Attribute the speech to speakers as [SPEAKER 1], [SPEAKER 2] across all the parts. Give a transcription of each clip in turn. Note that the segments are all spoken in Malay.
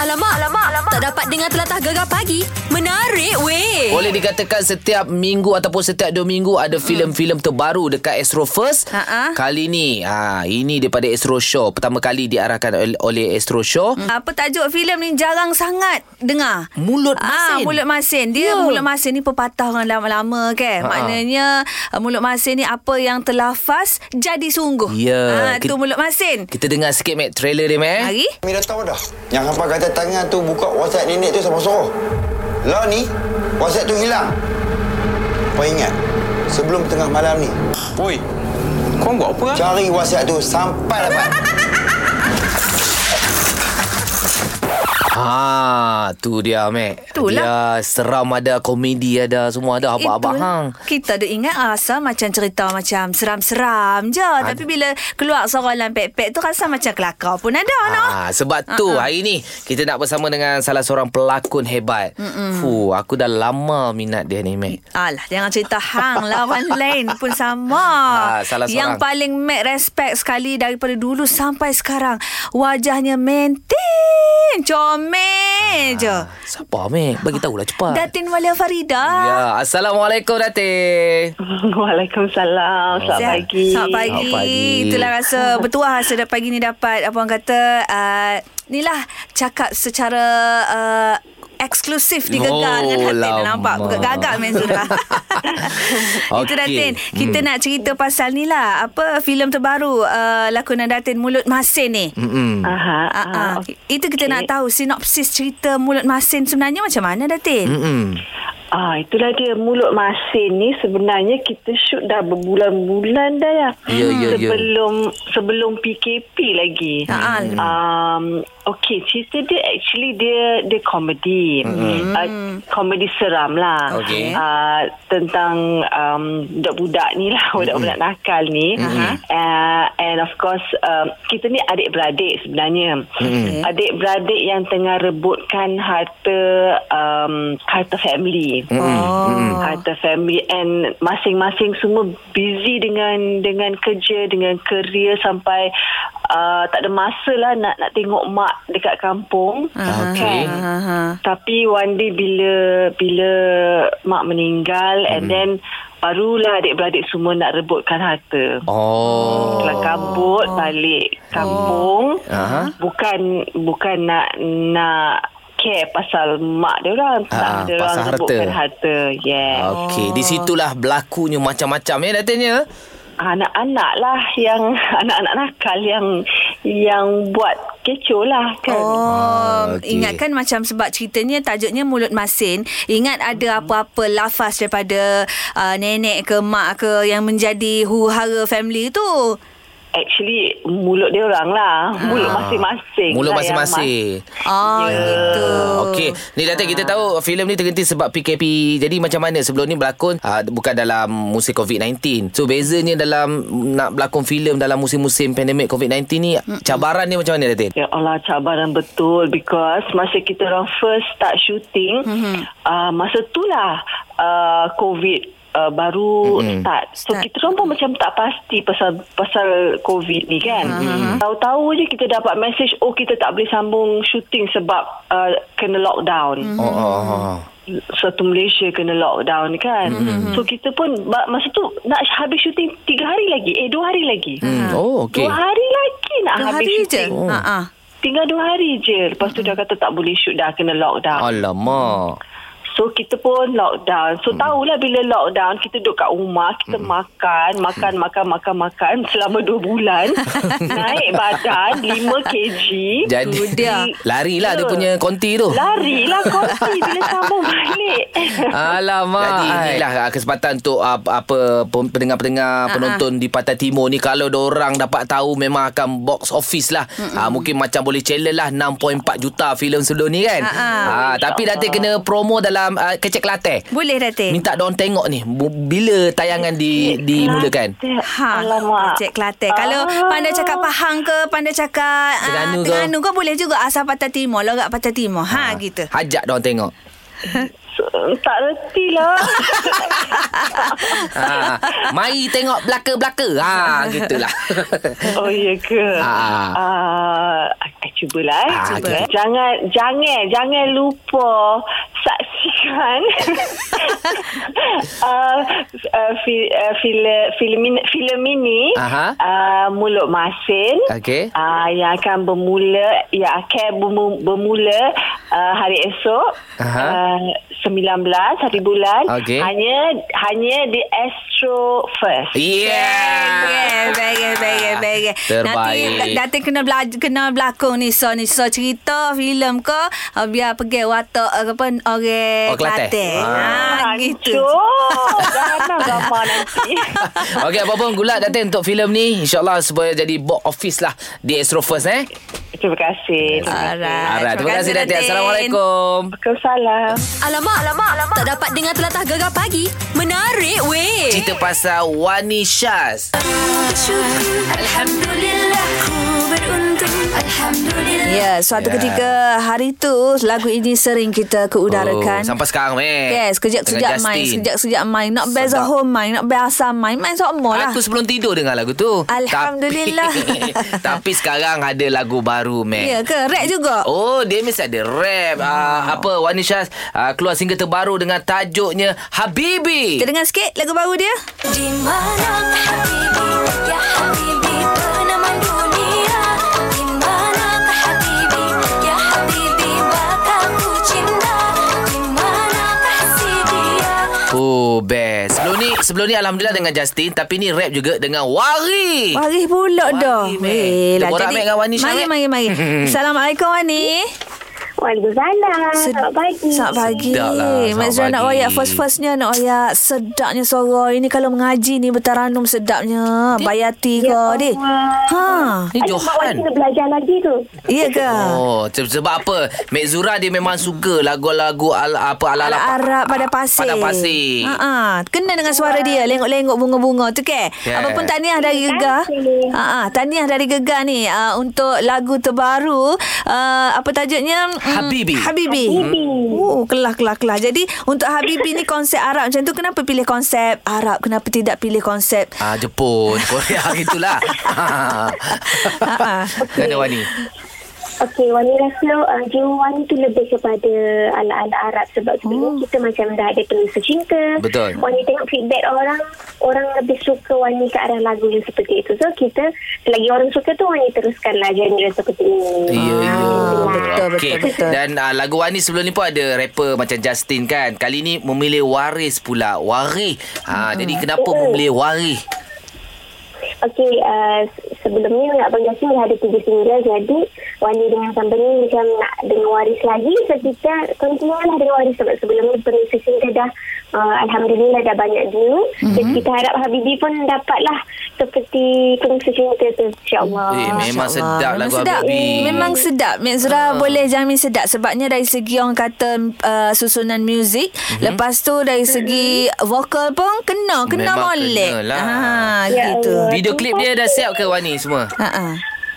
[SPEAKER 1] Alamak, alamak, alamak. Tak dapat dengar telatah gegar pagi. Menarik, weh.
[SPEAKER 2] Boleh dikatakan setiap minggu ataupun setiap dua minggu ada filem-filem terbaru dekat Astro First.
[SPEAKER 1] Ha-ha.
[SPEAKER 2] Kali ni, ha, ini daripada Astro Show. Pertama kali diarahkan ol- oleh Astro Show.
[SPEAKER 3] Hmm. Apa tajuk filem ni jarang sangat dengar.
[SPEAKER 2] Mulut
[SPEAKER 3] Ah,
[SPEAKER 2] Masin. Ya.
[SPEAKER 3] mulut masin. Dia yeah. mulut masin ni pepatah orang lama-lama kan.
[SPEAKER 2] Ha-ha.
[SPEAKER 3] Maknanya uh, mulut masin ni apa yang terlafaz jadi sungguh.
[SPEAKER 2] Ya. Eh,
[SPEAKER 3] Ah, tu
[SPEAKER 2] Kita-
[SPEAKER 3] mulut masin.
[SPEAKER 2] Kita dengar sikit, Mac, trailer dia, Mac.
[SPEAKER 3] Hari
[SPEAKER 4] Mi dah tahu dah. Yang hampa kata tangan tu buka WhatsApp nenek tu sama suruh. Lah ni, WhatsApp tu hilang. Kau ingat, sebelum tengah malam ni,
[SPEAKER 5] Oi, kau buat apa? Cak.
[SPEAKER 4] cari WhatsApp tu sampai dapat.
[SPEAKER 2] Ha, tu dia, Mac.
[SPEAKER 3] Itulah.
[SPEAKER 2] Dia seram ada, komedi ada,
[SPEAKER 3] Eh,
[SPEAKER 2] semua ada. Abang-abang hang.
[SPEAKER 3] Kita ada ingat rasa macam cerita macam seram-seram je. Ad... Tapi bila keluar soralan pek-pek tu rasa macam kelakar pun ada ha. no.
[SPEAKER 2] Ha, sebab tu hari ni kita nak bersama dengan salah seorang pelakon hebat. Mm-mm. Fuh, aku dah lama minat dia ni, Mac.
[SPEAKER 3] Alah, jangan cerita hang lah. Orang lain pun sama.
[SPEAKER 2] Ah, salah
[SPEAKER 3] Yang
[SPEAKER 2] seorang.
[SPEAKER 3] paling Mac respect sekali daripada dulu sampai sekarang. Wajahnya maintain. Comel je.
[SPEAKER 2] Sabar, Ha, Mac. Bagi tahulah cepat.
[SPEAKER 3] Datin Walia Farida.
[SPEAKER 2] Ah. Ya, Assalamualaikum Datin.
[SPEAKER 6] Waalaikumsalam. Selamat
[SPEAKER 3] Siap.
[SPEAKER 6] pagi.
[SPEAKER 3] Selamat pagi.
[SPEAKER 2] Selamat pagi.
[SPEAKER 3] Itulah rasa bertuah rasa dah pagi ni dapat apa orang kata uh, ni lah cakap secara uh, eksklusif di Gegar
[SPEAKER 2] Oh,
[SPEAKER 3] dengan Datin. Nampak
[SPEAKER 2] lama.
[SPEAKER 3] gagak main surah. Itu
[SPEAKER 2] Okey.
[SPEAKER 3] Datin. Kita
[SPEAKER 2] Hmm.
[SPEAKER 3] nak cerita pasal ni lah apa filem terbaru uh, lakonan Datin Mulut Masin ni.
[SPEAKER 2] Mm-mm.
[SPEAKER 6] Aha,
[SPEAKER 3] Ah,
[SPEAKER 6] aha,
[SPEAKER 3] ah.
[SPEAKER 6] okey.
[SPEAKER 3] Itu kita nak tahu sinopsis cerita Mulut Masin sebenarnya macam mana Datin?
[SPEAKER 2] Mm-mm.
[SPEAKER 6] Ah, itulah dia mulut masin ni sebenarnya kita shoot dah berbulan-bulan dah ya.
[SPEAKER 2] Ya, ya, ya.
[SPEAKER 6] sebelum sebelum PKP lagi.
[SPEAKER 2] Hmm.
[SPEAKER 3] Ah, ah.
[SPEAKER 6] Um okey, cerita dia actually dia dia komedi. Hmm. Uh, komedi seram lah.
[SPEAKER 2] Okey.
[SPEAKER 6] Uh, tentang um, budak-budak ni lah, budak-budak nakal ni. Uh, and of course um, kita ni adik-beradik sebenarnya.
[SPEAKER 3] Okey.
[SPEAKER 6] Adik-beradik yang tengah rebutkan harta um, harta family.
[SPEAKER 3] Oh.
[SPEAKER 6] Harta family and masing-masing semua busy dengan dengan kerja, dengan kerja sampai uh, tak ada masa lah nak, nak tengok mak dekat kampung.
[SPEAKER 2] Ah, okey.
[SPEAKER 6] Kan?
[SPEAKER 3] Ha, ha.
[SPEAKER 6] Tapi one day bila bila mak meninggal and
[SPEAKER 2] Hmm.
[SPEAKER 6] then barulah adik-beradik semua nak rebutkan harta.
[SPEAKER 2] Oh. Hmm.
[SPEAKER 6] Telah kabut balik kampung.
[SPEAKER 2] Aha.
[SPEAKER 6] Bukan bukan nak nak care pasal mak dia orang,
[SPEAKER 2] Ah,
[SPEAKER 6] tak dia
[SPEAKER 2] pasal
[SPEAKER 6] orang
[SPEAKER 2] harta. Ah.
[SPEAKER 6] rebutkan harta. Yes.
[SPEAKER 2] Okey, di situlah berlakunya macam-macam ya Datin ya.
[SPEAKER 6] anak-anak lah yang anak-anak nakal yang yang buat kecoh lah kan.
[SPEAKER 3] Oh,
[SPEAKER 2] Ah, okey.
[SPEAKER 3] okay. ingatkan macam sebab ceritanya tajuknya mulut masin. Ingat
[SPEAKER 2] Hmm.
[SPEAKER 3] ada apa-apa lafaz daripada uh, nenek ke mak ke yang menjadi huru-hara family tu.
[SPEAKER 6] Actually mulut dia orang lah, mulut
[SPEAKER 2] Ah.
[SPEAKER 6] masing-masing.
[SPEAKER 2] Mulut
[SPEAKER 6] lah yang
[SPEAKER 2] masing-masing.
[SPEAKER 3] Oh, yeah. gitu.
[SPEAKER 2] Ya. Okey, ni Datin kita tahu filem ni terhenti sebab PKP. Jadi macam mana sebelum ni berlakon uh, bukan dalam musim COVID-19. So bezanya dalam nak berlakon filem dalam musim-musim pandemik COVID-19 ni cabaran dia macam mana Datin?
[SPEAKER 6] Ya Allah cabaran betul because masa kita orang first start shooting
[SPEAKER 3] Mhm.
[SPEAKER 6] mm-hmm. uh, masa itulah uh, covid uh, baru mm-hmm. start. So
[SPEAKER 3] Start.
[SPEAKER 6] start. kita orang pun macam tak pasti pasal pasal covid ni kan.
[SPEAKER 3] Mhm.
[SPEAKER 6] Mm-hmm. Tahu-tahu je kita dapat message oh kita tak boleh sambung shooting sebab uh, kena lockdown.
[SPEAKER 3] Mhm.
[SPEAKER 6] Mm-hmm
[SPEAKER 2] Oh, oh, oh.
[SPEAKER 6] satu Malaysia kena lockdown kan. Mm-hmm. So kita pun ba- masa tu nak habis syuting tiga hari lagi. Eh dua hari lagi.
[SPEAKER 2] Hmm. Oh, okey.
[SPEAKER 6] Dua hari lagi nak
[SPEAKER 3] Ah. Dua
[SPEAKER 6] habis
[SPEAKER 3] hari je.
[SPEAKER 6] syuting.
[SPEAKER 3] Oh. Ha ah.
[SPEAKER 6] Tinggal dua hari je. Lepas tu dah kata tak boleh shoot dah kena lockdown.
[SPEAKER 2] Alamak.
[SPEAKER 6] So kita pun
[SPEAKER 2] Hmm.
[SPEAKER 6] lockdown. So tahulah bila lockdown kita duduk kat rumah, kita makan, makan,
[SPEAKER 2] Hmm.
[SPEAKER 6] makan, makan, makan selama dua bulan. Naik badan 5 kg.
[SPEAKER 2] Jadi
[SPEAKER 3] dia.
[SPEAKER 2] larilah dia
[SPEAKER 6] Ya.
[SPEAKER 2] punya konti tu.
[SPEAKER 6] Lari lah kopi bila sambung balik.
[SPEAKER 2] Alamak. Jadi inilah ah, kesempatan untuk ah, apa
[SPEAKER 3] Ah,
[SPEAKER 2] pem- pendengar-pendengar penonton di Pantai Timur ni kalau orang dapat tahu memang akan box office lah. Ah, mungkin macam boleh challenge lah 6.4 juta filem sebelum ni kan. Ah, tapi Datin kena promo dalam ah, Kecek Kelate.
[SPEAKER 3] Boleh Datin.
[SPEAKER 2] Minta diorang tengok ni bu- bila tayangan di dimulakan.
[SPEAKER 3] Ha,
[SPEAKER 6] Alamak. Ah,
[SPEAKER 3] Cek Kelate. Kalau pandai cakap Pahang ke, pandai cakap ah,
[SPEAKER 2] Ah. Terengganu ke? Ah.
[SPEAKER 3] Terengganu ke boleh juga asal Pantai Timur, lorak Pantai Timur. Ha, ha. gitu.
[SPEAKER 2] Ajak diorang tengok.
[SPEAKER 6] So, tak reti lah.
[SPEAKER 2] ha. Mari tengok belaka-belaka. Ha, gitulah.
[SPEAKER 6] oh, ya ke?
[SPEAKER 2] Ah.
[SPEAKER 6] Ah, I cubalah eh.
[SPEAKER 2] Ah,
[SPEAKER 6] Cuba,
[SPEAKER 2] okey.
[SPEAKER 6] eh. Jangan, jangan, jangan lupa saksikan uh, uh, fi, uh, filem, filem, ini- filem ini
[SPEAKER 2] Aha.
[SPEAKER 6] uh, Mulut Masin
[SPEAKER 2] Okey.
[SPEAKER 6] uh, yang akan bermula yang akan bermu- bermula uh, hari esok
[SPEAKER 2] Aha.
[SPEAKER 6] uh, 19 hari bulan
[SPEAKER 2] Okey.
[SPEAKER 6] hanya hanya di Astro First
[SPEAKER 2] Yeah.
[SPEAKER 3] Baik, baik, baik, baik. Nanti
[SPEAKER 2] Terbaik.
[SPEAKER 3] Datin kena belajar, kena berlakon ni so ni so cerita filem ke ah, biar pergi watak eh, apa orang
[SPEAKER 2] Oh, Kelantan.
[SPEAKER 3] Kelantan.
[SPEAKER 6] Ah,
[SPEAKER 3] Ha gitu.
[SPEAKER 6] Cuk, jangan gambar nanti.
[SPEAKER 2] Okey, apa pun gulat Datin untuk filem ni. InsyaAllah supaya jadi box office lah di Astro First eh.
[SPEAKER 6] Terima kasih.
[SPEAKER 3] Alright.
[SPEAKER 2] Alright, terima kasih Datin. Assalamualaikum.
[SPEAKER 6] Waalaikumsalam.
[SPEAKER 1] Alamak, alamak, alamak. Tak dapat dengar telatah gegar pagi. Menarik weh.
[SPEAKER 2] Cerita pasal Wani Syaz.
[SPEAKER 1] Syukur. Alhamdulillah ku beruntung. Alhamdulillah.
[SPEAKER 3] Ya, suatu
[SPEAKER 2] Ya.
[SPEAKER 3] ketika hari tu lagu ini sering kita keudarakan.
[SPEAKER 2] Oh, sampai sekarang eh.
[SPEAKER 3] Yes,
[SPEAKER 2] Dengan
[SPEAKER 3] kejap-kejap main,
[SPEAKER 2] Justin.
[SPEAKER 3] kejap-kejap main. Nak best
[SPEAKER 2] Sedap.
[SPEAKER 3] home main, nak best asam main, main semua lah.
[SPEAKER 2] Aku sebelum tidur dengar lagu tu.
[SPEAKER 3] Alhamdulillah.
[SPEAKER 2] Tapi, tapi sekarang ada lagu baru, Mac.
[SPEAKER 3] Ya ke? Rap juga.
[SPEAKER 2] Oh, dia mesti ada rap. Uh, apa, Wanisha uh, keluar single terbaru dengan tajuknya Habibi.
[SPEAKER 3] Kita dengar sikit lagu baru dia.
[SPEAKER 2] Eh.
[SPEAKER 1] Di mana Habibi, ya Habibi, penaman dunia. Di mana Habibi, ya Habibi, bakal ku cinta. Di mana si dia?
[SPEAKER 2] Oh, best. Sebelum ni, sebelum ni Alhamdulillah dengan Justin. Tapi ni rap juga dengan Wari.
[SPEAKER 3] Waris pula
[SPEAKER 2] Wari,
[SPEAKER 3] dah.
[SPEAKER 2] Mek.
[SPEAKER 3] Weh, lah.
[SPEAKER 2] Terborak,
[SPEAKER 3] Jadi,
[SPEAKER 2] Mek, dengan Wani
[SPEAKER 3] Mari,
[SPEAKER 2] Syah, Mek.
[SPEAKER 3] mari, mari. Assalamualaikum, Wani.
[SPEAKER 7] Waalaikumsalam. Ah, Selamat pagi.
[SPEAKER 3] Sedap pagi.
[SPEAKER 2] Sedap lah,
[SPEAKER 3] Mak
[SPEAKER 2] selamat
[SPEAKER 3] Zura nak
[SPEAKER 2] pagi.
[SPEAKER 3] wayak first-firstnya nak wayak sedapnya suara. Ini kalau mengaji ni bertaranum sedapnya. Bayati ke,
[SPEAKER 7] Ya
[SPEAKER 3] dek. Ha.
[SPEAKER 2] Ni
[SPEAKER 7] Aduh, Mak Wan
[SPEAKER 2] Johan.
[SPEAKER 7] kena belajar lagi tu.
[SPEAKER 3] Iya ke?
[SPEAKER 2] Oh, se- sebab apa? Mek Zura dia memang suka lagu-lagu al, apa ala
[SPEAKER 3] Alat Arab pada pasir.
[SPEAKER 2] Pada pasir.
[SPEAKER 3] Ha ah, kena dengan suara dia, lengok-lengok bunga-bunga tu ke.
[SPEAKER 2] Yeah.
[SPEAKER 3] Yeah. Apa pun tahniah dari Gegar. Ha ah, tahniah dari Gegar ni uh, untuk lagu terbaru uh, apa tajuknya? Mm,
[SPEAKER 2] Habibi.
[SPEAKER 3] Habibi. Oh, kelah kelah kelah. Jadi untuk Habibi ni konsep Arab macam tu kenapa pilih konsep Arab? Kenapa tidak pilih konsep
[SPEAKER 2] Ah, Jepun, Korea gitulah.
[SPEAKER 3] Ah, ah.
[SPEAKER 2] Kan ada Wani.
[SPEAKER 7] Okey, Wani rasa uh, jiwa Wani tu lebih kepada ala-ala Arab sebab sebenarnya hmm. kita macam dah ada penulis cinta.
[SPEAKER 2] Oh. Betul.
[SPEAKER 7] Wani tengok feedback orang, orang lebih suka Wani ke arah lagu yang seperti itu. So, kita selagi orang suka tu Wani teruskanlah genre seperti ini.
[SPEAKER 2] Ya, ya.
[SPEAKER 3] Ah, betul, betul,
[SPEAKER 2] Okey.
[SPEAKER 3] betul.
[SPEAKER 2] Dan uh, lagu Wani sebelum ni pun ada rapper macam Justin kan. Kali ni memilih Waris pula. Waris. Ha, Jadi
[SPEAKER 3] Hmm. Oh,
[SPEAKER 2] kenapa memilih Waris?
[SPEAKER 7] Okey, uh, sebelumnya nak Abang Jasim dah ada tiga single. Jadi, Wani dengan company macam nak dengan waris lagi. So, kita continue lah dengan waris sebab sebelum ni penulis single dah uh, Alhamdulillah dah banyak view. Mm-hmm.
[SPEAKER 2] Mhm.
[SPEAKER 7] Dan kita harap Habibie pun dapatlah seperti penulis single tu. InsyaAllah.
[SPEAKER 2] Eh, memang
[SPEAKER 3] Masya Allah.
[SPEAKER 2] sedap
[SPEAKER 3] Ah, Memang
[SPEAKER 2] lagu Ah.
[SPEAKER 3] sedap.
[SPEAKER 2] Habibi.
[SPEAKER 3] Memang sedap. Mek Zura boleh jamin sedap. Sebabnya dari segi orang kata uh, susunan muzik.
[SPEAKER 2] Mhm.
[SPEAKER 3] Lepas tu dari segi vokal pun kena. Kena
[SPEAKER 2] Memang lah.
[SPEAKER 3] molek.
[SPEAKER 2] kenalah.
[SPEAKER 3] Ha,
[SPEAKER 7] Ya
[SPEAKER 3] gitu.
[SPEAKER 7] Allah.
[SPEAKER 2] Video klip dia dah siap ke Wani semua?
[SPEAKER 3] Ha, ha.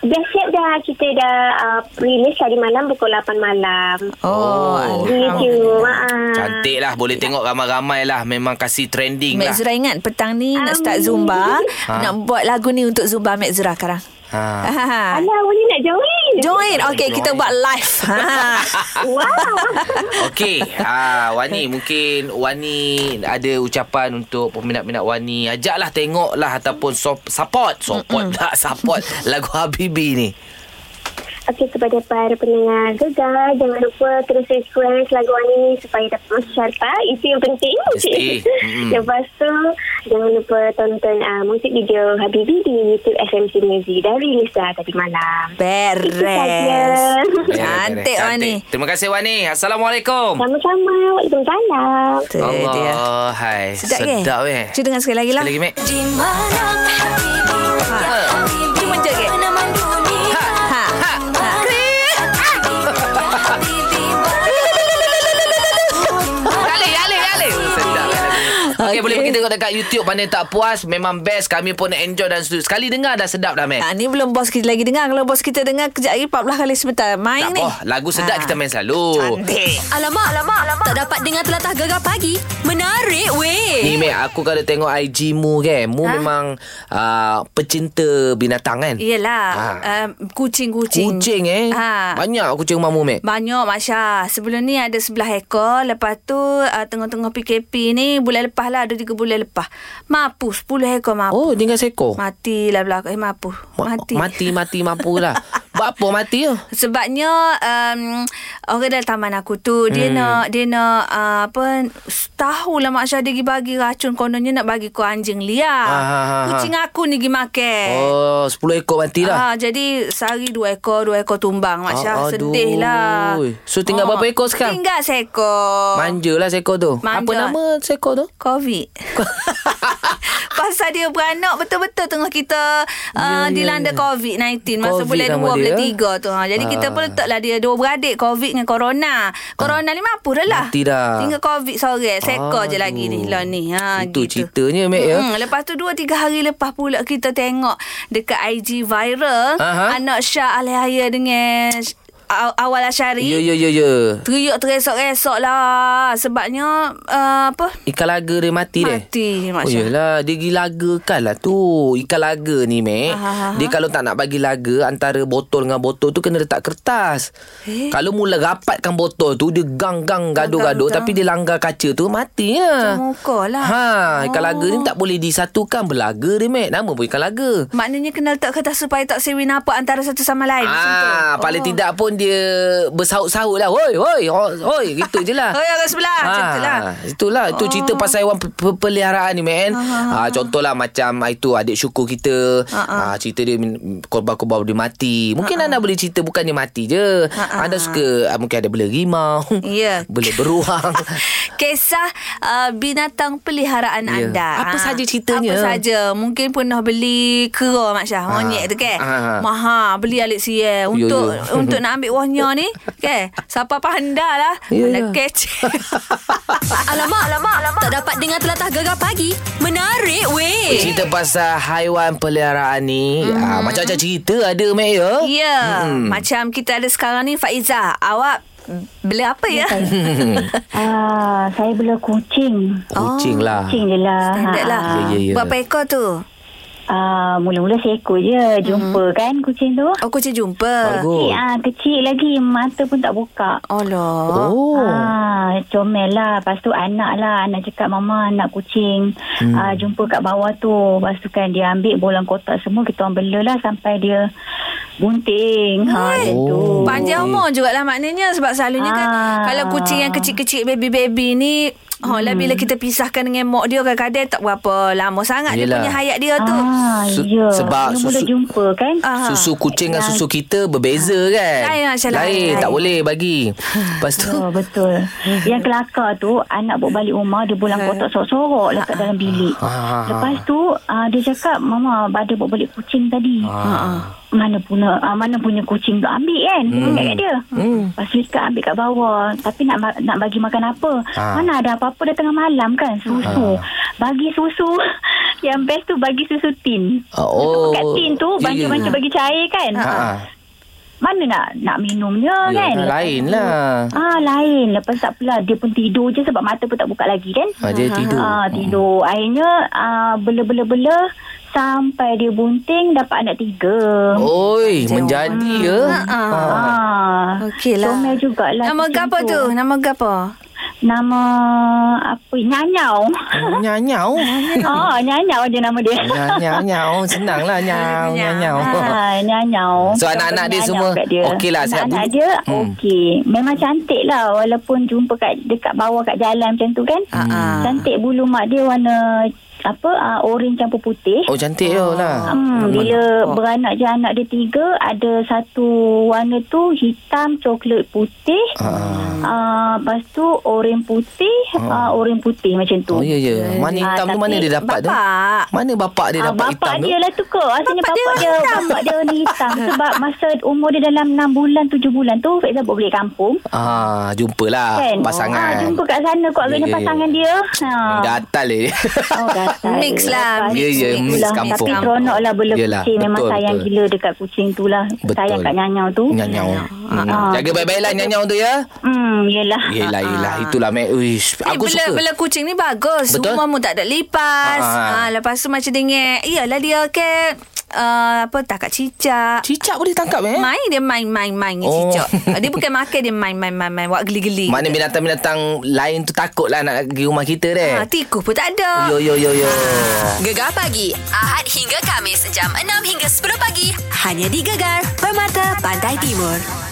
[SPEAKER 7] Dah siap dah. Kita dah uh, release hari malam pukul 8 malam.
[SPEAKER 3] Oh,
[SPEAKER 2] Oh.
[SPEAKER 7] Di YouTube. Uh,
[SPEAKER 2] Cantik lah. Boleh tengok ramai-ramai lah. Memang kasih trending
[SPEAKER 3] Mek
[SPEAKER 2] lah.
[SPEAKER 3] Zura ingat petang ni nak start Zumba. Nak buat lagu ni untuk Zumba Mek Zura sekarang.
[SPEAKER 2] Ha.
[SPEAKER 3] Ha.
[SPEAKER 7] Alah, Wani nak join.
[SPEAKER 3] Join. Okay, kita buat live. Ha.
[SPEAKER 7] Wow.
[SPEAKER 2] Okey, ah Wani mungkin Wani ada ucapan untuk peminat-peminat Wani. Ajaklah tengoklah ataupun sop, support, support tak support lagu Habibi ni.
[SPEAKER 7] Okey, kepada para pendengar gegar, jangan lupa terus request lagu ini supaya dapat masuk carta. Itu yang penting.
[SPEAKER 2] Mesti. Mm-mm.
[SPEAKER 7] Lepas tu, jangan lupa tonton uh, musik video Habibi di YouTube FMC Music. Dah rilis dah tadi malam. Itu
[SPEAKER 3] Beres.
[SPEAKER 7] saja.
[SPEAKER 3] Cantik Wani.
[SPEAKER 2] Terima kasih Wani. Assalamualaikum.
[SPEAKER 7] Sama-sama. Waalaikumsalam.
[SPEAKER 3] Tu dia.
[SPEAKER 2] Allah, hai.
[SPEAKER 3] Sedap, ke?
[SPEAKER 2] Sedap eh? weh.
[SPEAKER 3] Cuba dengar sekali lagi lah.
[SPEAKER 2] Sekali lagi, Mek.
[SPEAKER 1] Di mana Habibi, ya Habibi,
[SPEAKER 3] Cuma je ke?
[SPEAKER 1] penaman dunia.
[SPEAKER 3] Ha. Ha. Ha.
[SPEAKER 1] ya Habibi, bakal ku cinta.
[SPEAKER 2] Yale, yale, yale. Sedap. Okey,
[SPEAKER 3] Okey.
[SPEAKER 2] boleh pergi kita tengok dekat YouTube pandai tak puas memang best kami pun enjoy dan setuju. Sekali dengar dah sedap dah Mac.
[SPEAKER 3] Ha, ni belum bos kita lagi dengar. Kalau bos kita dengar kejap lagi 14 kali sebentar.
[SPEAKER 2] Tak
[SPEAKER 3] Main ni.
[SPEAKER 2] apa, lagu sedap
[SPEAKER 3] Ah.
[SPEAKER 2] kita main selalu.
[SPEAKER 3] Cantik.
[SPEAKER 1] Alamak, alamak, alamak. Tak dapat dengar telatah gegar pagi. Menarik
[SPEAKER 2] Ni
[SPEAKER 1] weh.
[SPEAKER 2] Mac, aku kalau tengok IG mu kan,
[SPEAKER 3] Ah.
[SPEAKER 2] mu memang uh, pecinta binatang kan?
[SPEAKER 3] Yelah,
[SPEAKER 2] Ah.
[SPEAKER 3] um, kucing-kucing.
[SPEAKER 2] Kucing eh.
[SPEAKER 3] Ah.
[SPEAKER 2] Banyak kucing rumah mu Mac.
[SPEAKER 3] Banyak Masya Sebelum ni ada sebelah ekor Lepas tu uh, Tengah-tengah PKP ni Bulan lepas lah Ada tiga bulan lepas Mampu Sepuluh ekor mampu
[SPEAKER 2] Oh, dengan seekor.
[SPEAKER 3] Matilah belakang Eh mampu
[SPEAKER 2] Ma-
[SPEAKER 3] Mati
[SPEAKER 2] Mati, mati, mampulah. Buat apa mati tu?
[SPEAKER 3] Sebabnya um, Orang dalam taman aku tu
[SPEAKER 2] Hmm.
[SPEAKER 3] Dia nak Dia nak uh, Apa Tahu lah Mak Syah Dia pergi bagi racun Kononnya nak bagi kau anjing liar
[SPEAKER 2] Ah, ah, ah,
[SPEAKER 3] Kucing aku ni pergi makan
[SPEAKER 2] Oh, 10 ekor mati lah.
[SPEAKER 3] Eh. Ah, jadi sehari dua ekor, dua ekor tumbang. Mak Syah
[SPEAKER 2] Ah, aduh.
[SPEAKER 3] sedih lah.
[SPEAKER 2] So, tinggal berapa ekor sekarang?
[SPEAKER 3] Tinggal seekor.
[SPEAKER 2] Manjalah lah seekor tu. Apa
[SPEAKER 3] Manja.
[SPEAKER 2] nama seekor tu?
[SPEAKER 3] COVID. Pasal dia beranak betul-betul tengah kita uh,
[SPEAKER 2] Ya, ya,
[SPEAKER 3] dilanda
[SPEAKER 2] ya.
[SPEAKER 3] COVID-19 masa
[SPEAKER 2] COVID
[SPEAKER 3] bulan
[SPEAKER 2] nama
[SPEAKER 3] 2 bulan
[SPEAKER 2] dia.
[SPEAKER 3] 3 tu. Ha. Jadi kita
[SPEAKER 2] Ah.
[SPEAKER 3] pun letaklah dia dua beradik COVID dengan corona. Corona ni mampu dah lah.
[SPEAKER 2] Mati dah.
[SPEAKER 3] Tinggal COVID sore sekor je lagi ni lah ni. Ha
[SPEAKER 2] Itu
[SPEAKER 3] gitu.
[SPEAKER 2] ceritanya, Mek, ya.
[SPEAKER 3] Mm-mm. Lepas tu 2 3 hari lepas pula kita tengok dekat IG viral
[SPEAKER 2] Aha.
[SPEAKER 3] anak Syah Alihaya dengan Aw- Awal Asyari.
[SPEAKER 2] Ya, ya, ya, ya.
[SPEAKER 3] Teriak teresok-esok lah Sebabnya uh, Apa
[SPEAKER 2] Ikan laga dia mati dia?
[SPEAKER 3] Mati, Mak
[SPEAKER 2] Oh
[SPEAKER 3] Syah.
[SPEAKER 2] yelah Dia pergi lagakan lah tu Ikan laga ni
[SPEAKER 3] Ah,
[SPEAKER 2] Mek
[SPEAKER 3] ah,
[SPEAKER 2] Dia kalau tak nak bagi laga Antara botol dengan botol tu Kena letak kertas eh? Kalau mula rapatkan botol tu Dia gang-gang gaduh-gaduh Tapi dia langgar kaca tu Mati ya
[SPEAKER 3] Macam muka lah.
[SPEAKER 2] ha, Ikan
[SPEAKER 3] Oh.
[SPEAKER 2] laga ni tak boleh disatukan Berlaga dia Mek Nama pun ikan laga
[SPEAKER 3] Maknanya kena letak kertas supaya tak sewi nampak antara satu sama lain. macam tu.
[SPEAKER 2] Ah, paling tidak pun dia bersaut-saut lah. Hoi, hoi, hoi, hoi gitu je lah.
[SPEAKER 3] Hoi, orang sebelah, macam tu lah.
[SPEAKER 2] Itulah, itu oh. cerita pasal haiwan pe- pe- peliharaan ni, man. Ah, contohlah macam ah, itu adik syukur kita. Ah, cerita dia min- korban-korban dia mati. Mungkin anda boleh cerita bukan dia mati je. Anda suka, ah, mungkin ada bela rimau.
[SPEAKER 3] Ya.
[SPEAKER 2] bela beruang.
[SPEAKER 3] Kisah uh, binatang peliharaan
[SPEAKER 2] Ya.
[SPEAKER 3] anda.
[SPEAKER 2] Apa
[SPEAKER 3] Ah,
[SPEAKER 2] saja ceritanya?
[SPEAKER 3] Apa saja. Mungkin pernah beli kera Mak Syah. Monyet tu kan.
[SPEAKER 2] Ah.
[SPEAKER 3] Maha beli alik siya. Untuk
[SPEAKER 2] ya.
[SPEAKER 3] untuk nak ambil wahnya ni. Kan. Siapa pandai lah.
[SPEAKER 2] Ya,
[SPEAKER 3] Nak
[SPEAKER 2] ya.
[SPEAKER 3] kecil.
[SPEAKER 1] Alamak, alamak, alamak. Tak dapat dengar telatah gegar pagi. Menarik
[SPEAKER 2] Oh,
[SPEAKER 1] weh.
[SPEAKER 2] cerita pasal haiwan peliharaan ni. Ah, macam-macam cerita ada, Mek, ya?
[SPEAKER 3] Ya. Macam kita ada sekarang ni Faiza. Awak beli apa ya?
[SPEAKER 7] Ah, saya bela kucing.
[SPEAKER 2] Kucing lah.
[SPEAKER 7] Kucing je lah.
[SPEAKER 3] Standard lah.
[SPEAKER 2] Ya, ya, ya.
[SPEAKER 3] Berapa ekor tu?
[SPEAKER 7] Ah, mula-mula seekor je jumpa kan kucing tu.
[SPEAKER 3] Oh, kucing jumpa.
[SPEAKER 7] Kecil,
[SPEAKER 2] Bagus.
[SPEAKER 7] ah, kecil lagi mata pun tak buka.
[SPEAKER 3] Alah.
[SPEAKER 2] Oh.
[SPEAKER 7] Ah, comel lah. Lepas tu anak lah. Anak cakap mama nak kucing. Hmm. Ah, jumpa kat bawah tu. Lepas tu kan dia ambil bolang kotak semua. Kita orang bela lah sampai dia bunting. Ha, macam tu.
[SPEAKER 2] Oh.
[SPEAKER 3] Panjang umur jugalah maknanya sebab selalunya kan
[SPEAKER 7] Ah.
[SPEAKER 3] kalau kucing yang kecil-kecil baby-baby ni Oh lah bila kita pisahkan dengan mak dia kadang-kadang tak berapa lama sangat dia
[SPEAKER 2] Yelah.
[SPEAKER 3] punya hayat dia tu.
[SPEAKER 7] Ah,
[SPEAKER 2] Su-
[SPEAKER 7] ya.
[SPEAKER 2] sebab
[SPEAKER 7] mula-mula
[SPEAKER 2] susu-
[SPEAKER 7] jumpa kan.
[SPEAKER 3] Ah.
[SPEAKER 2] Susu kucing
[SPEAKER 7] Ya.
[SPEAKER 2] dengan susu kita berbeza kan?
[SPEAKER 3] Lain, Aisyah, lain,
[SPEAKER 2] Lain, tak
[SPEAKER 3] lain.
[SPEAKER 2] boleh bagi. Lepas tu,
[SPEAKER 7] Oh, betul. Yang kelakar tu anak bawa balik rumah dia bulan kotak sorok-sorok lah kat dalam bilik.
[SPEAKER 2] Ah.
[SPEAKER 7] Lepas tu uh, dia cakap mama ada Ha. bawa balik kucing tadi.
[SPEAKER 2] Ah.
[SPEAKER 7] Mana punya uh, mana punya kucing tu ambil kan? Hmm. Kat dia. Hmm. Lepas tu dia cakap ambil kat bawah tapi nak ma- nak bagi makan apa?
[SPEAKER 2] Ah.
[SPEAKER 7] Mana ada apa-apa dah tengah malam kan susu. Bagi susu. Yang best tu bagi susu tin.
[SPEAKER 2] Ah, oh.
[SPEAKER 7] Susu kat tin tu
[SPEAKER 2] Ya, ya,
[SPEAKER 7] banyak-banyak
[SPEAKER 2] ya.
[SPEAKER 7] bagi cair kan?
[SPEAKER 2] ha, ha.
[SPEAKER 7] Mana nak nak minumnya
[SPEAKER 2] Ya,
[SPEAKER 7] kan?
[SPEAKER 2] lain lah.
[SPEAKER 7] Ah lain Lepas tak pula Dia pun tidur je Sebab mata pun tak buka lagi kan
[SPEAKER 2] Ah, dia tidur.
[SPEAKER 7] ah, Tidur Akhirnya ah, Bela-bela-bela Sampai dia bunting Dapat anak tiga
[SPEAKER 2] Oi, menjadi ya.
[SPEAKER 7] Hmm.
[SPEAKER 2] Ha.
[SPEAKER 7] Ah,
[SPEAKER 3] Okey lah.
[SPEAKER 7] Comel jugalah
[SPEAKER 3] Nama
[SPEAKER 7] kucing
[SPEAKER 3] gapo tu? Nama gapo?
[SPEAKER 7] Nama Apa Nyanyau
[SPEAKER 2] Nyanyau.
[SPEAKER 7] Oh Nyanyau je nama dia
[SPEAKER 2] Nyanyau, senanglah nyau, nyanyau.
[SPEAKER 7] Ah, nyanyau.
[SPEAKER 2] So, anak-anak dia
[SPEAKER 7] Nyanyau
[SPEAKER 2] semua
[SPEAKER 7] kat dia.
[SPEAKER 2] okey lah, siap
[SPEAKER 7] Anak-anak
[SPEAKER 2] dulu.
[SPEAKER 7] dia
[SPEAKER 2] Hmm.
[SPEAKER 7] okey. Memang cantik lah
[SPEAKER 2] Ah,
[SPEAKER 7] walaupun jumpa kat dekat bawah kat jalan macam tu kan. Cantik bulu mak dia warna apa uh, orange campur putih.
[SPEAKER 2] Oh cantik oh. lah.
[SPEAKER 7] Hmm, bila beranak je anak dia tiga ada satu warna tu hitam coklat putih. Ah. Uh, lepas tu oren putih, ah. uh, oren putih macam
[SPEAKER 2] Oh
[SPEAKER 7] tu.
[SPEAKER 2] ya ya. Mana
[SPEAKER 7] Ah,
[SPEAKER 2] hitam tu
[SPEAKER 7] tapi
[SPEAKER 2] mana dia dapat tu?
[SPEAKER 3] bapak.
[SPEAKER 2] Mana bapak dia
[SPEAKER 7] Ah,
[SPEAKER 2] dapat hitam
[SPEAKER 7] bapak
[SPEAKER 2] tu?
[SPEAKER 7] dia lah tu kot.
[SPEAKER 3] Bapak
[SPEAKER 7] Asalnya bapak,
[SPEAKER 3] dia
[SPEAKER 7] bapak dia,
[SPEAKER 3] hitam.
[SPEAKER 7] bapak dia warna hitam. Sebab masa umur dia dalam 6 bulan, 7 bulan tu, Faizal bawa balik kampung.
[SPEAKER 2] Ah, jumpalah
[SPEAKER 7] Kan?
[SPEAKER 2] pasangan.
[SPEAKER 7] Ah, jumpa kat sana kot
[SPEAKER 2] Ya,
[SPEAKER 7] yeah,
[SPEAKER 2] ya, ya.
[SPEAKER 7] pasangan dia. Ha.
[SPEAKER 2] Gatal dia.
[SPEAKER 7] Oh, gatal.
[SPEAKER 3] Mix lah,
[SPEAKER 7] Lepas
[SPEAKER 2] mix, Ya, ya, mix
[SPEAKER 7] tu lah.
[SPEAKER 2] kampung.
[SPEAKER 7] Tapi seronok lah bela
[SPEAKER 2] Yelah,
[SPEAKER 7] kucing. Memang
[SPEAKER 2] betul,
[SPEAKER 7] sayang
[SPEAKER 2] betul.
[SPEAKER 7] gila dekat kucing tu lah. Sayang kat nyanyau tu.
[SPEAKER 2] Nyanyau. Hmm.
[SPEAKER 7] Ah.
[SPEAKER 2] Jaga baik-baik lah nyanyau tu ya.
[SPEAKER 7] Hmm, yelah.
[SPEAKER 2] Yelah, yelah.
[SPEAKER 7] ah.
[SPEAKER 2] Itulah, Mac. Uish,
[SPEAKER 3] Eh,
[SPEAKER 2] aku
[SPEAKER 3] bela,
[SPEAKER 2] suka.
[SPEAKER 3] bela kucing ni bagus.
[SPEAKER 2] Betul.
[SPEAKER 3] Betul? Rumah pun tak ada lipas.
[SPEAKER 2] Ah, ah.
[SPEAKER 3] Ha, lepas tu macam dengek. Iyalah dia ke uh, apa tak kat cicak.
[SPEAKER 2] Cicak boleh tangkap, eh?
[SPEAKER 3] Main dia main main main dengan
[SPEAKER 2] Oh.
[SPEAKER 3] cicak. Ah, Dia bukan makan dia main main main main buat geli-geli.
[SPEAKER 2] Mana binatang-binatang lain tu takut lah nak pergi rumah kita deh.
[SPEAKER 3] ha, tikus pun tak ada.
[SPEAKER 7] Ah,
[SPEAKER 2] Yo, yo, yo, yo.
[SPEAKER 1] Gegar pagi Ahad hingga Kamis jam 6 hingga 10 pagi hanya di Gegar Permata Pantai Timur.